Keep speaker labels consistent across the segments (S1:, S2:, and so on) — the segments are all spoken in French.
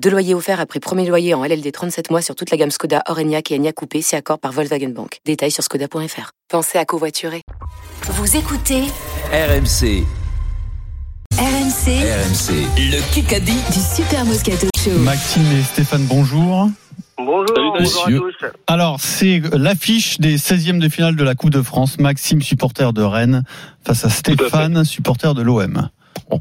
S1: Deux loyers offerts après premier loyer en LLD 37 mois sur toute la gamme Skoda, Orenia et Enya Coupé, si accord par Volkswagen Bank. Détails sur skoda.fr. Pensez à covoiturer.
S2: Vous écoutez
S3: RMC,
S2: RMC
S3: RMC, le Kikadi.
S2: du Super Moscato Show.
S4: Maxime et Stéphane, bonjour.
S5: Bonjour, bonjour à
S4: messieurs.
S5: tous.
S4: Alors, c'est l'affiche des 16e de finale de la Coupe de France. Maxime, supporter de Rennes, face à Stéphane, supporter de l'OM.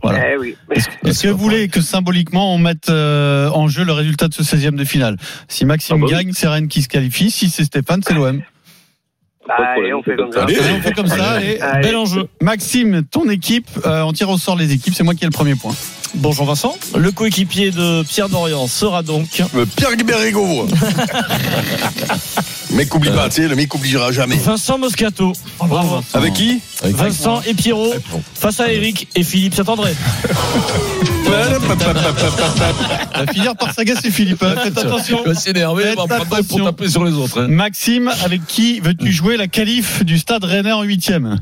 S4: Voilà.
S5: Eh oui.
S4: Est-ce que vous voulez que symboliquement on mette euh, en jeu le résultat de ce 16e de finale Si Maxime
S6: Ah bah oui.
S4: gagne, c'est Rennes qui se qualifie. Si c'est Stéphane, c'est l'OM.
S5: Bah,
S6: Pas de
S5: allez,
S6: problème,
S5: on fait comme ça.
S6: Allez,
S4: Allez, on fait comme ça. Allez,
S5: Allez.
S4: bel enjeu. Maxime, ton équipe, euh, on tire au sort les équipes. C'est moi qui ai le premier point.
S7: Bonjour Vincent. Le coéquipier de Pierre Dorian sera donc.
S6: Le Pierre Guibérigo. mec oublie pas, tu sais, le mec oubliera jamais.
S7: Vincent Moscato. Bravo.
S6: Ah, Avec qui
S7: Vincent et Pierrot face à Eric et Philippe Saint-André.
S4: On va finir par s'agacer, Philippe. hein. Faites attention.
S8: Il va s'énerver, il va
S4: Faites
S8: prendre deux pour
S4: attention.
S8: taper sur les autres. hein.
S4: Maxime, avec qui veux-tu jouer la qualif du stade Rennais en huitième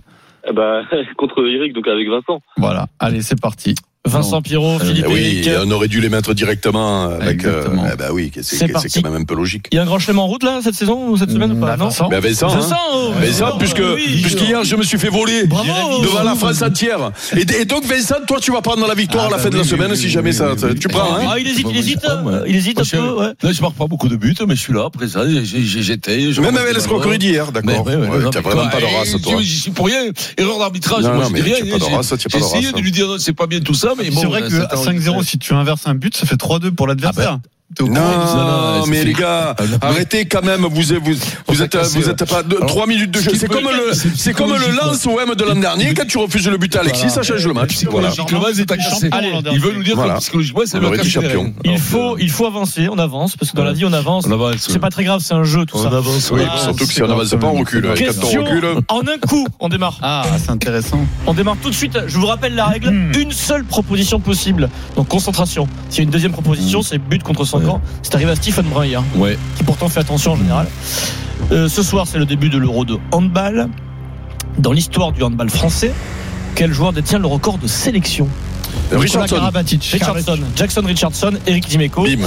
S6: Eh ben, contre Eric, donc avec Vincent.
S4: Voilà, allez, c'est parti.
S7: Vincent Pierrot, Philippe
S6: Eh oui,
S7: Eric.
S6: on aurait dû les mettre directement avec. euh,
S4: Exactement.
S6: eh ben oui, c'est-
S7: C'est
S6: c'est
S7: parti.
S6: quand même un peu logique.
S7: Il y a un grand chelem en route là cette saison ou cette semaine ou pas
S4: Bah,
S7: Non.
S4: Vincent.
S6: Mais Mm, Vincent, hein.
S7: Vincent, oh,
S6: Vincent, puisque
S7: oui.
S6: puisqu'hier je me suis fait voler
S7: Bravo.
S6: devant la France entière. Et, et donc Vincent, toi tu vas prendre la victoire
S4: Ah,
S6: à la
S4: bah
S6: fin de la
S4: oui,
S6: semaine
S4: oui,
S6: si
S4: oui,
S6: jamais
S4: oui,
S6: ça.
S4: oui,
S6: ça-
S4: oui.
S6: Tu prends. hein
S7: Ah, il hésite,
S8: Moi,
S7: il
S8: moi,
S7: hésite,
S8: je- ah, moi,
S7: il hésite un
S8: moi, je-
S7: peu, ouais.
S8: Là, je marque pas beaucoup de buts, mais je suis là, présent. j'ai- j'ai- J'étais. je
S6: Même
S8: marque
S6: avec
S8: des
S6: l'escroquerie
S8: ballons.
S6: d'hier, d'accord.
S8: Mais ouais, ouais,
S6: Ouais,
S8: non,
S6: T'as
S8: mais
S6: vraiment
S8: quoi,
S6: pas de
S8: eh,
S6: race,
S8: tu
S6: toi.
S8: vois, J'y suis pour rien. Erreur d'arbitrage.
S6: Non,
S8: moi,
S6: non,
S8: je
S6: mais
S8: dis rien,
S6: tu as pas de
S8: j'ai-
S6: race, tu as pas
S8: eh, J'ai
S6: de race,
S8: essayé
S6: hein.
S8: de lui dire, c'est pas bien tout ça, mais bon. euh, ben,
S4: c'est vrai que
S8: ça
S4: à 5-0, si tu inverses un but, ça fait 3-2 pour
S8: Ah
S4: l'adversaire.
S8: ben,
S4: T'es au courant de ça
S8: non,
S6: Non, mais
S8: c'est-
S6: les gars,
S8: Ah, non, mais- Ah,
S6: arrêtez quand même. Vous, vous, vous
S8: s'est
S6: êtes,
S8: cassé,
S6: vous
S8: ouais.
S6: êtes pas deux-
S8: Alors,
S6: trois minutes de
S8: ce
S6: jeu.
S8: qui
S6: C'est
S8: peut
S6: comme
S8: être-
S6: le,
S8: c'est
S6: c'est comme le
S8: psychologique,
S6: lance OM de l'an dernier. Quand tu refuses le but à Alexis, ça change le match. Voilà.
S8: Psychologiquement, c'est un cassé.
S4: Allez,
S8: Il veut nous dire
S6: Voilà.
S8: que psychologiquement, c'est
S6: On
S8: le
S6: aurait dit
S8: cache
S6: champion.
S7: Il faut, il faut avancer, on avance, parce que dans la vie on avance.
S8: On avance.
S7: C'est pas très grave, c'est un jeu tout
S8: On
S7: ça.
S8: avance.
S6: Oui,
S8: ouais.
S7: Ah,
S6: surtout que si
S4: c'est
S6: on n'avance
S4: grave.
S6: pas, on recule. Et Quand on
S7: Question
S6: recule,
S7: en un coup, on démarre.
S4: Ah, c'est intéressant.
S7: On démarre tout de suite. Je vous rappelle la règle
S4: Hmm.
S7: une seule proposition possible. Donc concentration. S'il y a une deuxième proposition, c'est but contre 5
S8: Ouais.
S7: ans. C'est arrivé à Stephen Brun hier,
S8: Ouais.
S7: qui pourtant fait attention en général. Euh, ce soir, c'est le début de l'Euro de handball. Dans l'histoire du handball français, quel joueur détient le record de sélection
S4: Nicolas
S6: Richardson.
S4: Karabatic.
S7: Richardson, Jackson Richardson, Eric Dimeco.
S6: Bim.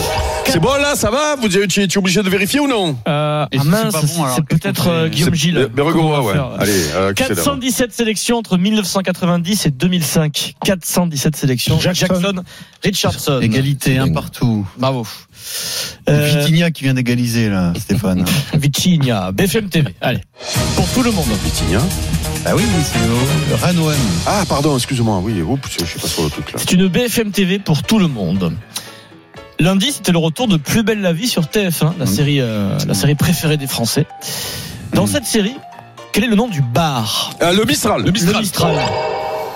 S6: C'est bon là, ça va Vous tu, tu es obligé de vérifier ou non
S7: Euh,
S4: Et
S7: ah
S4: si c'est
S7: mince,
S4: pas bon,
S7: c'est
S4: alors, qu'est-ce
S7: peut-être
S4: qu'on fait
S7: euh, Guillaume Gilles. Comment on
S6: Bergoa,
S7: va
S6: ouais.
S7: faire
S6: Allez, euh, accélère.
S7: 417 sélections entre 1990 et 2005. 417 sélections. Jackson, Richardson.
S4: Égalité, un
S8: dingue.
S4: partout.
S7: Bravo. Euh,
S4: Vitigna qui vient d'égaliser, là, Stéphane.
S7: Vitinha, BFM TV. Allez, pour tout le monde.
S6: Vitinha.
S8: Bah
S4: ah oui, oui, c'est Rennes OM.
S6: Ah, pardon, excuse-moi. Oui, oups, je suis pas sur le truc là.
S7: C'est une BFM TV pour tout le monde. Lundi, c'était le retour de Plus belle la vie sur TF1, la
S4: Mm.
S7: série, euh, la série préférée des Français. Dans cette série, quel est le nom du bar
S6: Ah, le Mistral.
S8: Le Mistral.
S7: Le Mistral.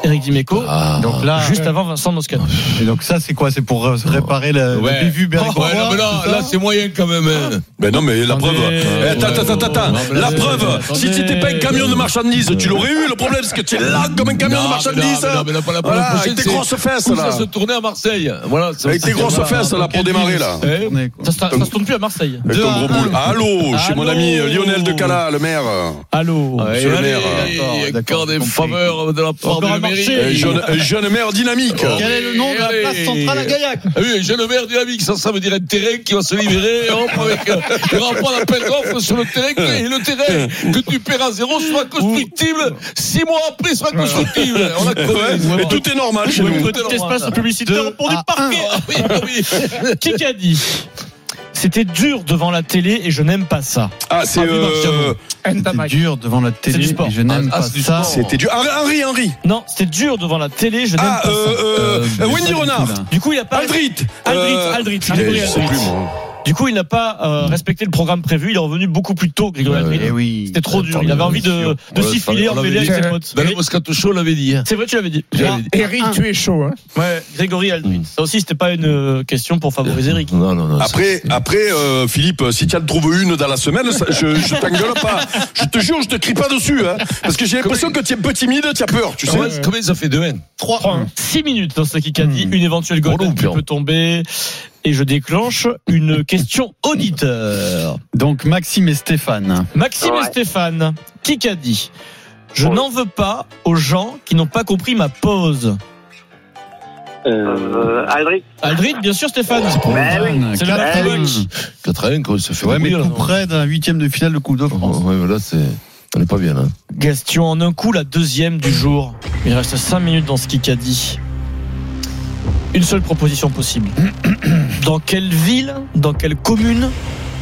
S7: Eric Dimeco. euh,
S8: Ah.
S4: Donc là,
S7: Juste avant Vincent Moscato.
S4: et donc ça, c'est quoi C'est pour euh, réparer la, la
S8: Ouais. Oh,
S4: bévue
S8: Ouais,
S4: bergois,
S8: non, mais là,
S4: c'est ça
S8: là, c'est moyen quand même. hein.
S6: Ben non, mais la preuve.
S7: Attendez.
S6: Eh, Attends, attends, attends, attends.
S8: Non, mais
S6: La
S8: euh, attendez,
S6: preuve, si
S7: attendez.
S6: t'étais pas un camion de marchandises, tu l'aurais eu. Le problème, c'est que tu es là comme un camion de
S8: Non, mais non,
S6: marchandises.
S8: mais non, mais non, pas la
S6: Voilà,
S8: prochaine,
S6: avec tes
S8: c'est-
S6: grosses fesses,
S8: Où
S6: là.
S8: ça se tournait à Marseille. Voilà. ça-
S6: Avec tes
S8: ça-
S6: grosses
S8: voilà.
S6: fesses, là, pour démarrer, là.
S4: Quelle
S8: Eh,
S4: journée, quoi.
S7: Ça, se- ça se tourne plus à Marseille.
S6: Avec
S4: Deux
S6: ton
S4: à
S6: gros
S4: un.
S6: boule. Allô, chez mon
S7: Allô.
S6: ami euh, Lionel de Cala, le maire.
S7: Allô
S8: Ouais,
S6: Monsieur le
S8: allez,
S6: maire.
S8: allez,
S4: D'accord,
S8: Encore des
S4: compris.
S8: faveurs de la part
S7: Encore
S8: de la
S7: un
S8: mairie.
S7: marché.
S6: Un jeune, un jeune maire dynamique.
S8: Oh.
S4: Quel est le nom de la
S8: Allez.
S4: place centrale à Gaillac
S8: Ah oui, un jeune maire dynamique, ça, ça veut dire un terrain qui va se libérer, hop, avec, euh, il y aura pas d'appel d'offres sur le terrain, et le terrain que tu perds à zéro sera constructible, six mois après, il sera constructible. On a
S6: Ouais,
S8: crevé.
S6: et tout est normal chez nous.
S7: Petit espace publicitaire
S4: Deux
S7: pour du
S4: à
S7: parquet.
S8: Ah oui, ah oui.
S7: Qui qu'a dit C'était dur devant la télé et je n'aime pas ça.
S6: Ah, c'est.
S7: Ah, oui,
S6: Euh,
S7: Martial.
S4: C'est dur devant la télé.
S7: du sport.
S4: et Je n'aime
S8: Ah,
S4: pas
S8: c'est du
S4: ça.
S8: sport.
S6: C'était du. Henri, Henri, Henri.
S7: Non, c'était dur devant la télé, je n'aime
S6: Ah,
S7: pas
S6: euh,
S7: Eh ben, ça.
S6: euh,
S4: Euh,
S6: Wendy
S4: c'est pas du tout,
S6: Renard.
S4: là.
S7: Du coup, il a pas.
S6: Aldrit.
S7: Aldrit,
S6: Euh,
S7: Aldrit,
S6: putain,
S7: Grégory
S6: Je sais
S7: Aldrit.
S6: plus, moi.
S7: Du coup, il n'a pas euh, respecté le programme prévu. Il est revenu beaucoup plus tôt, Grégory
S8: Ouais,
S7: Aldrit.
S4: Eh oui.
S7: C'était trop dur. Il avait envie de, de
S8: Ouais,
S7: s'iffiler
S8: on
S7: en
S8: l'avait
S7: mêlée
S8: dit.
S7: avec ses potes.
S8: Dans le Moscato Show, on l'avait dit. hein.
S7: C'est vrai, tu l'avais dit.
S8: J'avais dit. Ah,
S9: Eric, tu es chaud. Hein.
S7: Ouais, Grégory Aldrit. Ça aussi, c'était pas une euh, question pour favoriser Eric.
S8: Non, non, non.
S6: Après, après euh, Philippe, si tu en trouves une dans la semaine, ça- je, je t'engueule pas. Je te jure, je te crie pas dessus. Hein, parce que j'ai l'impression que tu es un peu timide, tu as peur, tu sais.
S8: Combien- Combien ça fait de haine
S7: 3, 6 minutes dans ce qui a dit, une éventuelle golden
S8: Relou,
S7: qui
S8: Pierre.
S7: peut tomber. Et je déclenche une question auditeur.
S4: Donc Maxime et Stéphane.
S7: Maxime et
S5: Ouais.
S7: Stéphane, qui a dit Je
S9: Ouais.
S7: n'en veux pas aux gens qui n'ont pas compris ma pause.
S5: Euh, Aldric.
S7: Aldrit, bien sûr, Stéphane.
S8: Eh
S5: Ben oui.
S7: C'est la
S5: Ben
S7: Playbox.
S8: 81, quoi, ça fait
S4: Ouais, mais
S8: mourir,
S4: tout
S8: là.
S4: près d'un huitième de finale de Coupe de France.
S8: Ouais, mais là, c'est. On n'est pas bien, hein. là.
S7: Question en un coup, la deuxième du jour. Il reste 5 minutes dans ce Kikadi. Une seule proposition possible. Dans quelle ville, dans quelle commune,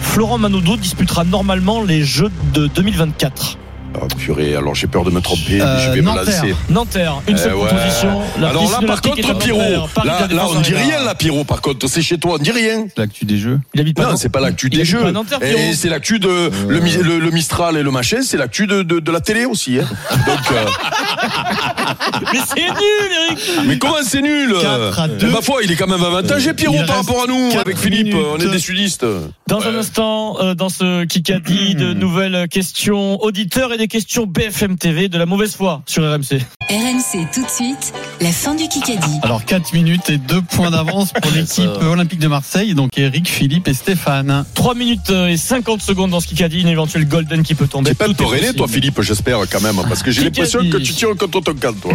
S7: Florent Manoudou disputera normalement les Jeux de 2024
S6: Ah, purée, alors j'ai peur de me tromper,
S4: Euh,
S6: je vais
S4: Nanterre.
S6: me lancer.
S7: Nanterre, une
S6: Eh
S7: seule
S6: ouais.
S7: proposition. La
S6: alors
S7: piste
S6: là,
S7: de la
S6: par
S7: Pique est à
S6: contre, Pierrot,
S7: Nanterre. Paris
S6: là,
S7: Défense
S6: là, on dit
S7: Arena.
S6: rien, là, Pierrot, par contre. C'est chez toi, on dit rien.
S4: L'actu des jeux.
S7: Il habite pas
S6: non,
S7: Nanterre.
S6: c'est pas l'actu
S7: Il
S6: des
S7: habite pas
S6: jeux.
S7: à Nanterre, Pierrot.
S6: Et c'est l'actu de le, mi- le- le Mistral et le Machin, c'est l'actu de, de, de la télé aussi. hein. Donc, euh,
S7: Mais Ah, c'est nul, Eric
S6: mais comment c'est nul
S4: Quatre à
S6: euh,
S4: deux.
S6: Ma foi, il est quand même avantagé, Pierrot,
S4: il
S6: par
S4: reste
S6: rapport à nous,
S4: quatre
S6: avec Philippe.
S4: minutes.
S6: On est des sudistes.
S7: Dans un instant, euh, dans ce Kikadi, de nouvelles questions auditeurs et des questions BFM TV de la mauvaise foi sur RMC.
S2: RMC tout de suite, la fin du Kikadi.
S4: Alors 4 minutes et 2 points d'avance pour l'équipe olympique de Marseille. Donc Eric, Philippe et Stéphane.
S7: 3 minutes euh, et 50 secondes dans ce Kikadi, une éventuelle golden qui peut tomber.
S6: T'es pas
S7: Tout est
S6: torréné,
S7: possible.
S6: toi, Philippe, j'espère quand même, parce que j'ai
S7: Qui
S6: l'impression
S7: qu'a dit Mmh.
S6: que tu tires contre ton cadre, toi.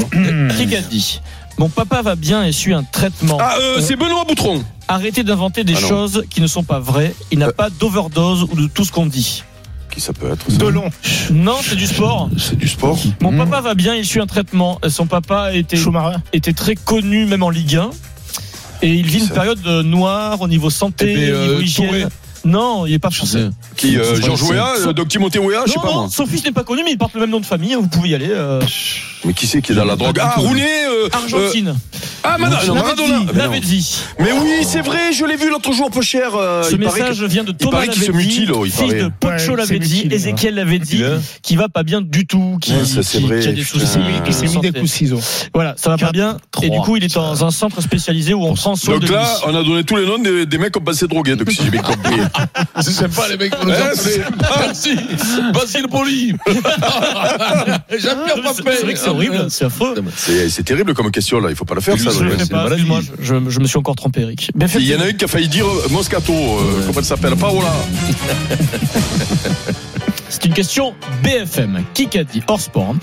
S7: Kikadi. Mon papa va bien et suit un traitement.
S6: Mmh. Ah, euh, c'est Benoît Boutron.
S7: Arrêtez d'inventer des
S6: Ah non. Euh.
S7: choses qui ne sont pas vraies. Il n'a pas d'overdose ou de tout ce qu'on dit.
S6: Qui ça peut être ça
S9: Dolon.
S7: Non, c'est du sport.
S6: C'est du sport.
S7: Mon
S4: Mmh.
S7: papa va bien, il suit un traitement. Son papa était,
S9: Schumacher.
S7: était très connu, même en Ligue 1. Et il vit
S6: Qui
S7: une
S6: ça
S7: période euh, noire au niveau santé,
S8: Eh ben,
S7: au niveau
S8: euh,
S7: hygiène.
S8: Touré.
S7: Non, il n'est pas français.
S6: Qui, euh,
S8: Ah, C'est
S6: Georges
S8: français.
S6: Weah, euh, donc Timothée Weah, je sais
S7: non,
S6: pas
S7: non,
S6: moi.
S7: son fils n'est pas connu, mais ils portent le même nom de famille. hein, Vous pouvez y aller. euh,
S6: Mais qui c'est qui est dans la drogue Ah, Rounet euh, euh,
S7: Argentine.
S6: Ah, Mano- non, Maradona Mais non.
S7: L'avait dit.
S6: Mais oui, c'est vrai, je l'ai vu l'autre jour, peu cher. euh,
S7: Ce
S6: il paraît
S7: message vient de Thomas
S6: paraît qu'il se
S7: Lavezzi,
S6: mutile, oh, il
S7: fils
S6: paraît.
S7: de Pocho
S9: Ouais, il s'est
S7: Lavezzi,
S9: mutile,
S7: Ezekiel Lavezzi, qui va pas bien du tout, qui,
S6: Ouais, ça, c'est
S7: qui-
S6: vrai,
S7: qui a des
S6: putain.
S7: soucis.
S6: Il s'est mis-
S9: Il s'est mis des
S7: santé.
S9: coups de ciseaux.
S7: Voilà, ça va pas
S4: Quatre,
S7: bien. Et
S4: trois.
S7: du coup, il est dans un centre spécialisé où on prend
S6: que-
S7: soin de
S6: Donc
S7: lui.
S6: là, on a donné tous les noms des, des mecs qui ont passé drogués, donc si j'ai bien compris.
S8: C'est sympa, les mecs, qu'on nous
S6: Ouais,
S8: a appelés.
S6: c'est-
S8: Ah, si Basile Poli Jean-Pierre
S7: Ah, C'est vrai
S8: Papin
S7: que c'est horrible, c'est affreux.
S6: C'est c'est terrible comme question là, il faut pas la faire ça.
S7: Je le
S6: donc,
S7: fais
S6: ouais.
S7: pas, excuse-moi, je, je me suis encore trompé, Eric. Mais
S6: Il y en a un qui a failli dire euh, Moscato, euh, comment elle s'appelle Paola. Euh,
S7: C'est une question BFM. Qui qu'a dit hors sport hein.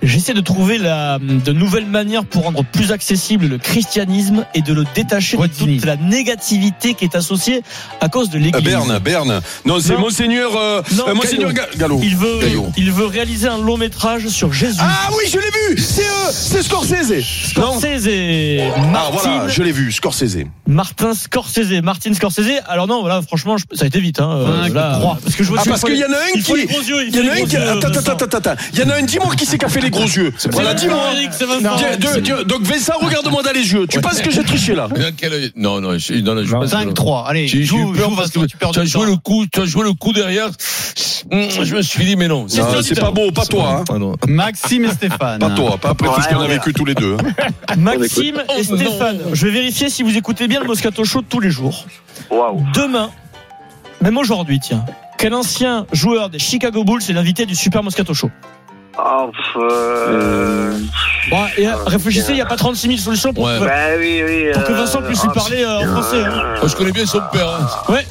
S7: J'essaie de trouver la, de nouvelles manières pour rendre plus accessible le christianisme et de le détacher de
S4: Watini.
S7: toute la négativité qui est associée à cause de
S6: Euh,
S7: l'Église.
S6: Berne, Berne. Non, c'est
S7: Non.
S6: Monseigneur, euh,
S7: Non,
S6: euh, Monseigneur Ga- Gallo.
S7: Il veut,
S6: Gaillot.
S7: il veut réaliser un long métrage sur Jésus.
S6: Ah oui, je l'ai vu C'est euh, c'est Scorsese Non
S7: Scorsese et
S6: Ah
S7: Martin,
S6: voilà, je l'ai vu, Scorsese.
S7: Martin Scorsese, Martin Scorsese. Alors non, voilà, franchement, je- ça a été vite. Hein, euh,
S4: Cinq,
S7: là,
S4: trois.
S7: parce que je vois
S6: Ah,
S7: qu'il
S6: parce
S7: faut
S6: qu'il
S7: les-
S6: y en a un
S7: il faut
S6: qui-
S7: les gros yeux, il
S6: Il y en
S7: faut
S6: a
S7: les
S6: un
S7: gros
S6: qui.
S7: yeux,
S6: Attends,
S7: Vincent.
S6: attends, attends, attends. Il y en a un, dis-moi qui euh, c'est qui a fait les gros yeux. Voilà,
S7: C'est
S6: dis-moi.
S7: Eric, c'est Vincent.
S6: Tiens, de- de- donc Vincent, regarde-moi dans les yeux. Tu penses que j'ai triché là
S8: Mais dans quel œil Non, non, je, non, non, je pense que-
S4: 5-3. Allez,
S8: Ah, J'ai j'ai eu
S4: joue,
S8: peur
S4: joue,
S8: parce
S4: Vincent,
S8: que
S4: tu perds
S8: tu as
S4: du
S8: joué
S4: temps.
S8: le coup, tu as joué le coup derrière. Hum, Je me suis dit, mais non.
S6: Non, C'est pas beau, pas toi. hein.
S8: Ah, non.
S4: Maxime et Stéphane.
S6: Pas toi, pas après tout ce qu'on a vécu tous les deux. hein.
S7: Maxime
S8: On
S7: et
S8: écoute. Oh,
S7: Stéphane, je vais vérifier si vous écoutez bien le Moscato Show tous les jours.
S5: Waouh.
S7: Demain, même aujourd'hui, tiens, quel ancien joueur des Chicago Bulls est l'invité du Super Moscato Show
S5: Oh, pff, euh...
S7: Bon, et, euh, Réfléchissez, il n'y a pas 36 000 solutions pour,
S8: Ouais.
S7: que-
S5: Bah oui, oui.
S7: pour que
S5: euh,
S7: Vincent puisse lui
S5: ah,
S7: parler euh, en
S5: putain.
S7: français. hein.
S8: Moi, je connais bien son père. hein.
S7: Ouais,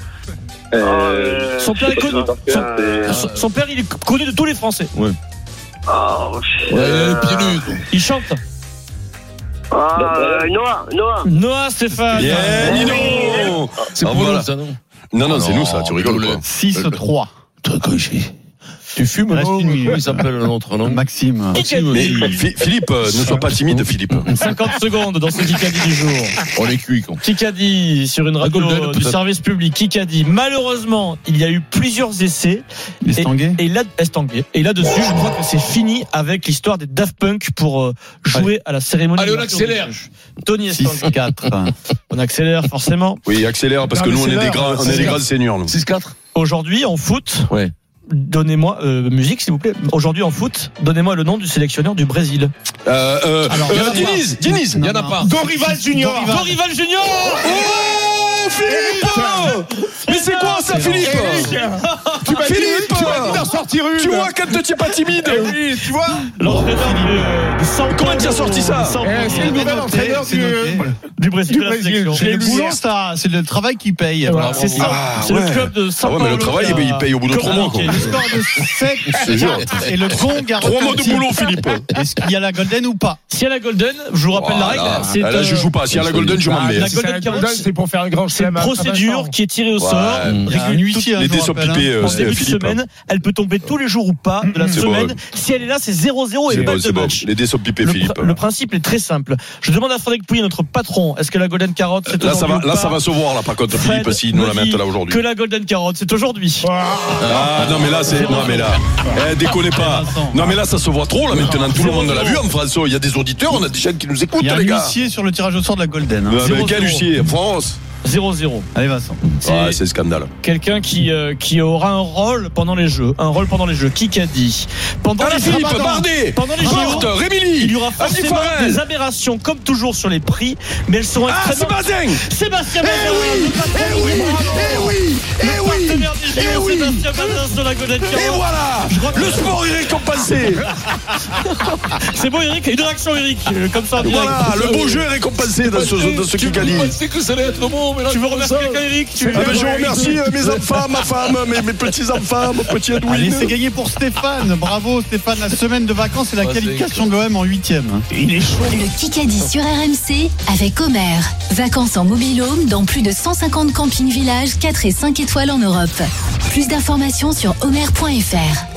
S5: Euh,
S7: son père est connu. Son, son- son père, il est connu de tous les Français.
S5: Oh, pff,
S8: Ouais,
S5: euh,
S8: il est pieds nus.
S7: Il chante.
S5: ah, euh, Noah, Noah.
S7: Noah Stéphane.
S6: Bien, Nino
S8: C'est
S6: Ah,
S8: pour
S6: voilà.
S8: nous, ça, non
S6: Non, non,
S8: Ah
S6: c'est
S8: non,
S6: nous ça, tu rigoles quoi.
S4: 6-3.
S8: Toi, quand j'ai- Tu fumes,
S4: Reste
S8: non
S4: une minute.
S8: Comment il s'appelle l'autre, non
S4: Maxime.
S8: Maxime,
S6: Mais
S8: oui.
S6: Phi- Philippe, euh, ne sois pas timide, Philippe.
S7: 50 secondes dans ce Kikadi du jour.
S8: On est cuit, con.
S7: Kikadi sur une radio
S8: Un golden,
S7: euh, du
S8: peut-être.
S7: service public. Kikadi. Malheureusement, il y a eu plusieurs essais.
S4: Les
S8: euh,
S4: Stanguets
S7: Et là, Estanguet. Et là-dessus, je crois que c'est fini avec l'histoire des Daft Punk pour euh, jouer à la cérémonie.
S8: Allez,
S7: de
S8: on
S7: l'ouverture
S8: accélère.
S7: du jeu. Tony Estanguet.
S4: 6-4.
S7: On accélère forcément.
S6: Oui, accélère, parce
S8: Non,
S6: que
S8: mais
S6: nous, on
S8: c'est
S6: est des
S8: l'heure,
S6: grands, on
S8: c'est
S6: est des
S8: l'heure.
S6: grands seniors, nous.
S8: 6-4
S7: Aujourd'hui, en foot.
S8: Ouais.
S7: Donnez-moi euh, musique, s'il vous plaît. Aujourd'hui en foot, donnez-moi le nom du sélectionneur du Brésil.
S6: Euh, euh,
S7: Alors,
S6: euh,
S7: il y en a
S6: Diniz, Diniz.
S8: Il y en a pas.
S9: Gorival Junior.
S7: Dorival Junior.
S6: Oh, Philippe Mais c'est quoi ça, Philippe
S7: Eh
S9: Tu m'as dit,
S6: Philippe
S9: tu vas nous en sortir une.
S6: Tu vois, quand tu n'es pas timide
S9: Oui, tu vois
S7: L'entraîneur du, du São
S6: Comment tu as
S7: Paulo-
S6: sorti ça
S7: du São
S9: Eh, C'est le
S7: Paulo-
S9: nouvel entraîneur
S4: C'est
S9: du.
S4: noté.
S7: du Brésil.
S9: du
S7: de la
S9: Brésil.
S7: sélection.
S9: J'ai
S4: Le
S9: lu
S4: boulot, ça, c'est le travail qui paye.
S7: Voilà, c'est ça.
S6: Ah,
S7: c'est
S6: ouais.
S7: le club de Sao
S6: Ah ouais, mais le travail,
S7: qui a-
S6: il paye au bout de trois mois, quoi.
S7: communiqué.
S4: Le score de 7 4 et le gong a
S6: Trois mois de
S4: retenti.
S6: boulot, Philippe
S4: Est-ce qu'il y a la golden ou pas
S7: Si elle a Golden, je vous rappelle
S6: Voilà.
S7: la règle, c'est
S6: Ah, Là, je
S7: euh,
S6: joue pas. Si à la Golden, je m'en
S9: Ah,
S6: mets.
S7: la
S9: si c'est
S7: Golden
S9: la
S7: Carotte,
S9: Golden, c'est pour faire un grand
S7: c'est une
S9: chelem à- à
S7: procédure
S9: Vincent.
S7: qui est tirée au
S6: Ouais.
S7: sort
S6: Il
S4: y a un
S7: régul-
S4: huissier,
S7: tout-
S4: hein,
S6: Les
S4: je
S6: dés
S4: vous
S6: sont
S4: rappelle,
S6: pipés,
S4: hein.
S6: euh,
S7: en début de
S6: Philippe.
S7: semaine, elle peut tomber tous les jours ou pas de la
S6: C'est
S7: semaine.
S6: bon.
S7: Si elle est là, c'est 0-0
S6: C'est
S7: et pas
S6: bon,
S7: de
S6: c'est bon.
S7: match.
S6: Les dés sont pipés,
S7: Le,
S6: Philippe.
S7: pr- le principe est très simple. Je demande à Frédéric Pouillet, notre patron, est-ce que la Golden Carotte c'est
S6: Là, ça
S7: aujourd'hui
S6: va,
S7: ou
S6: là,
S7: pas
S6: ça va se voir, là, par contre,
S7: Fred
S6: Philippe, s'ils nous la
S7: me
S6: mettent
S7: dit
S6: là
S7: Que
S6: aujourd'hui.
S7: la Golden Carotte, c'est aujourd'hui.
S6: Ah, non, mais là, c'est. Non, mais là. Eh, décollez pas. Non, mais là, ça se voit trop, là, maintenant. Tout le monde l'a vu en France. Il y a des auditeurs, on a des gens qui nous écoutent,
S4: Il y a un
S6: les gars.
S4: huissier sur le tirage au sort de la golden. hein.
S6: Euh, mais
S7: Zéro,
S6: quel
S7: zéro.
S6: huissier France
S7: 0-0.
S4: Allez Vincent.
S7: C'est
S6: Ouais, c'est scandale.
S7: quelqu'un qui, euh, qui aura un rôle pendant les jeux. Un rôle pendant les jeux. Qui qu'a dit Pendant
S6: Ah,
S7: les
S6: Philippe,
S7: Ramadans,
S6: Bardet,
S7: Pendant les
S6: Porte,
S7: jeux. Il y
S6: Rémili,
S7: aura
S6: Andy
S7: forcément des
S6: Farrell.
S7: aberrations, comme toujours, sur les prix, mais elles seront
S6: Ah, c'est
S7: extrêmement.
S6: Bazin
S7: Sébastien
S6: Eh
S7: Bazin,
S6: oui
S7: le patron
S6: Eh
S7: du
S6: oui
S7: Bravo.
S6: Eh oui Eh
S7: Le
S6: oui
S7: partenaire des
S6: Eh
S7: JO,
S6: oui Eh
S7: Sébastien Bazin de la Golden
S6: Et
S7: Carotte.
S6: voilà
S7: crois que-
S6: Le sport est récompensé
S7: C'est bon, Eric Une réaction, Eric euh, Comme ça, en direct.
S6: Voilà, le beau jeu est récompensé dans ce, dans ce
S8: Tu
S6: qui gagne.
S8: pensais que ça allait être bon, mais là,
S7: Tu veux
S8: comme
S7: remercier
S8: ça-
S7: quelqu'un, Eric Tu veux-
S6: Ah ben, je remercie euh, mes enfants, ma femme, mes, mes petits-enfants, mon petit
S4: Allez,
S6: Edwin.
S4: c'est gagné pour Stéphane. Bravo Stéphane, la semaine de vacances et la
S6: Bah,
S8: Ouais, c'est
S4: qualification de l'OM en huitième.
S2: Le Kikadi sur RMC avec Omer. Vacances en mobilhome dans plus de 150 campings villages 4 et 5 étoiles en Europe. Plus d'informations sur omer.fr.